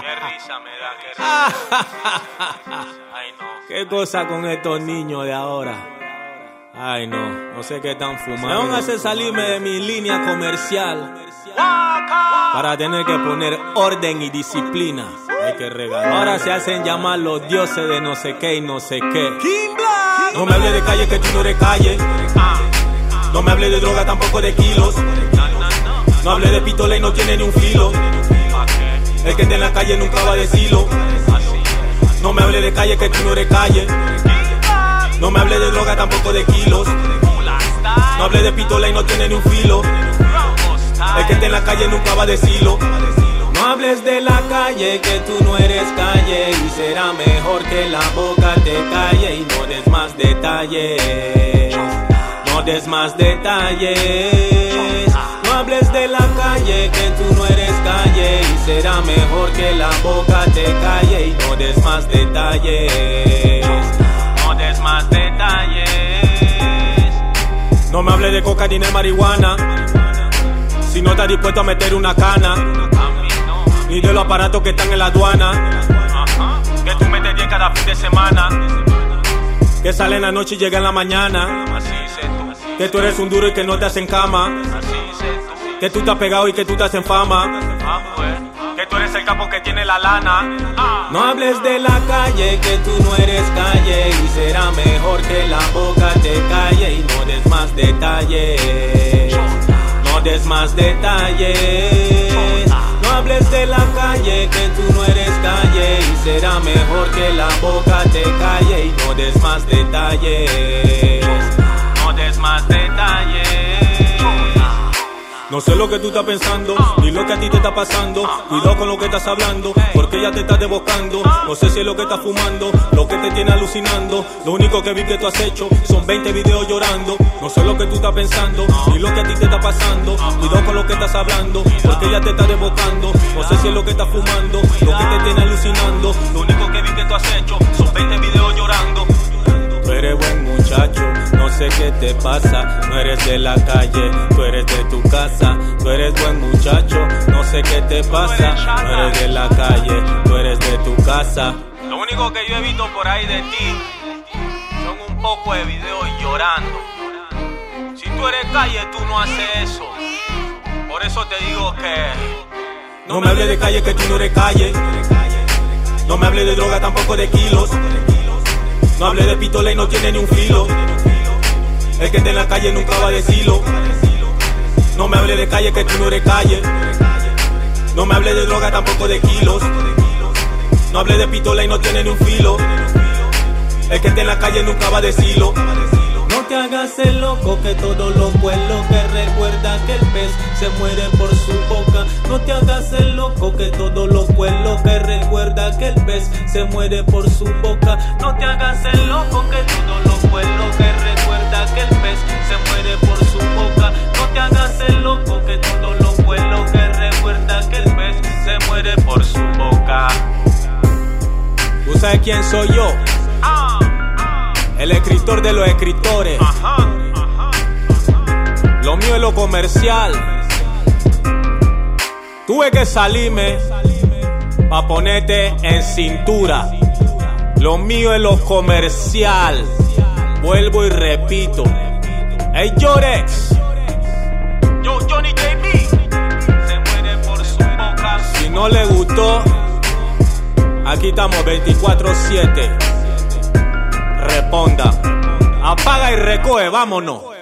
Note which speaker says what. Speaker 1: Qué risa me da, qué risa. Ay, no.
Speaker 2: ¿Qué cosa con estos niños de ahora? Ay, no, no sé qué están fumando. Me van a hacer salirme de mi línea comercial para tener que poner orden y disciplina. Hay que regalar. Ahora se hacen llamar los dioses de no sé qué y no sé qué. No me hable de calle que tú no eres calle. Ah, No me hable de droga tampoco de kilos. No hable de pistola y no tiene ni un filo. ah,
Speaker 1: ¿Pa' qué?
Speaker 2: El que esté en la calle nunca va a decirlo.
Speaker 1: Así.
Speaker 2: No me hable de calle que tú no eres calle. No me hable de droga tampoco de kilos.
Speaker 1: Mula style.
Speaker 2: No hable de pistola y no tiene ni un filo.
Speaker 1: Rambo style.
Speaker 2: El que esté en la calle nunca va a decirlo. No hables de la calle, que tú no eres calle. Y será mejor que la boca te calle y no des más detalles. No des más detalles. No hables de la calle, que tú no eres calle. Y será mejor que la boca te calle y no des más detalles. No des más detalles. No me hable de coca ni de marihuana. Si no estás dispuesto a meter una cana,
Speaker 1: A mí no.
Speaker 2: ni de los aparatos que están en la aduana.
Speaker 1: Ajá.
Speaker 2: Que tú metes 10 cada fin de semana. Que sale en la noche y llega en la mañana.
Speaker 1: Así hice tú.
Speaker 2: Que tú eres un duro y que no te hacen cama.
Speaker 1: Así hice tú.
Speaker 2: Que tú estás pegado y que tú te hacen fama.
Speaker 1: Ah, pues.
Speaker 2: Que tú eres el capo que tiene la lana.
Speaker 1: Ah.
Speaker 2: No hables de la calle, que tú no eres calle Y será mejor que la boca te calle Y no des más detalles No des más detalles No hables de la calle, que tú no eres calle Y será mejor que la boca te calle Y no des más detalles No des más detalles no sé lo que tú estás pensando, ni lo que a ti te está pasando. Cuidado con lo que estás hablando, porque ella te está debocando. No sé si es lo que estás fumando, lo que te tiene alucinando. Lo único que vi que tú has hecho son 20 videos llorando. No sé lo que tú estás pensando, ni lo que a ti te está pasando. Cuidado con lo que estás hablando, porque ella te está debocando. No sé si es lo que estás fumando, lo que te tiene alucinando. Lo único que vi que tú has hecho son 20 videos llorando. Tú eres buen muchacho, no sé qué te pasa. No eres de la calle, tú eres de tu casa. Tú eres buen muchacho, no sé qué te pasa. No eres de la calle, tú eres de tu casa.
Speaker 1: Lo único que yo he visto por ahí de ti son un poco de videos llorando. Si tú eres calle, tú no haces eso. Por eso te digo que
Speaker 2: No me hable de calle que tú no eres calle. No me hable de droga tampoco de kilos. No hable de pistola y no tiene ni un filo. El que esté en la calle nunca va a decirlo. No me hable de calle que tú no eres calle. No me hable de droga tampoco de kilos. No hable de pistola y no tiene ni un filo. El que esté en la calle nunca va a decirlo. No te hagas el loco que todo loco es lo que recuerda que el pez se muere por su boca. No te hagas el loco que todo loco es lo que recuerda que el pez se muere por su boca. No te hagas el loco que todo loco es lo que recuerda que el pez se muere por su boca. No te hagas el loco que todo loco es lo que recuerda que el pez se muere por su boca. ¿Tú sabes quién soy yo?
Speaker 1: ah, ah,
Speaker 2: El escritor de los escritores.
Speaker 1: ajá, ajá.
Speaker 2: Lo mío es lo comercial. Tuve que salirme pa' ponerte en cintura. Lo mío es lo comercial. Vuelvo y repito. Hey Llorex,
Speaker 1: Yo, Johnny JB se muere por su boca.
Speaker 2: si no le gustó, aquí estamos 24-7. Responda. Apaga y recoge, vámonos.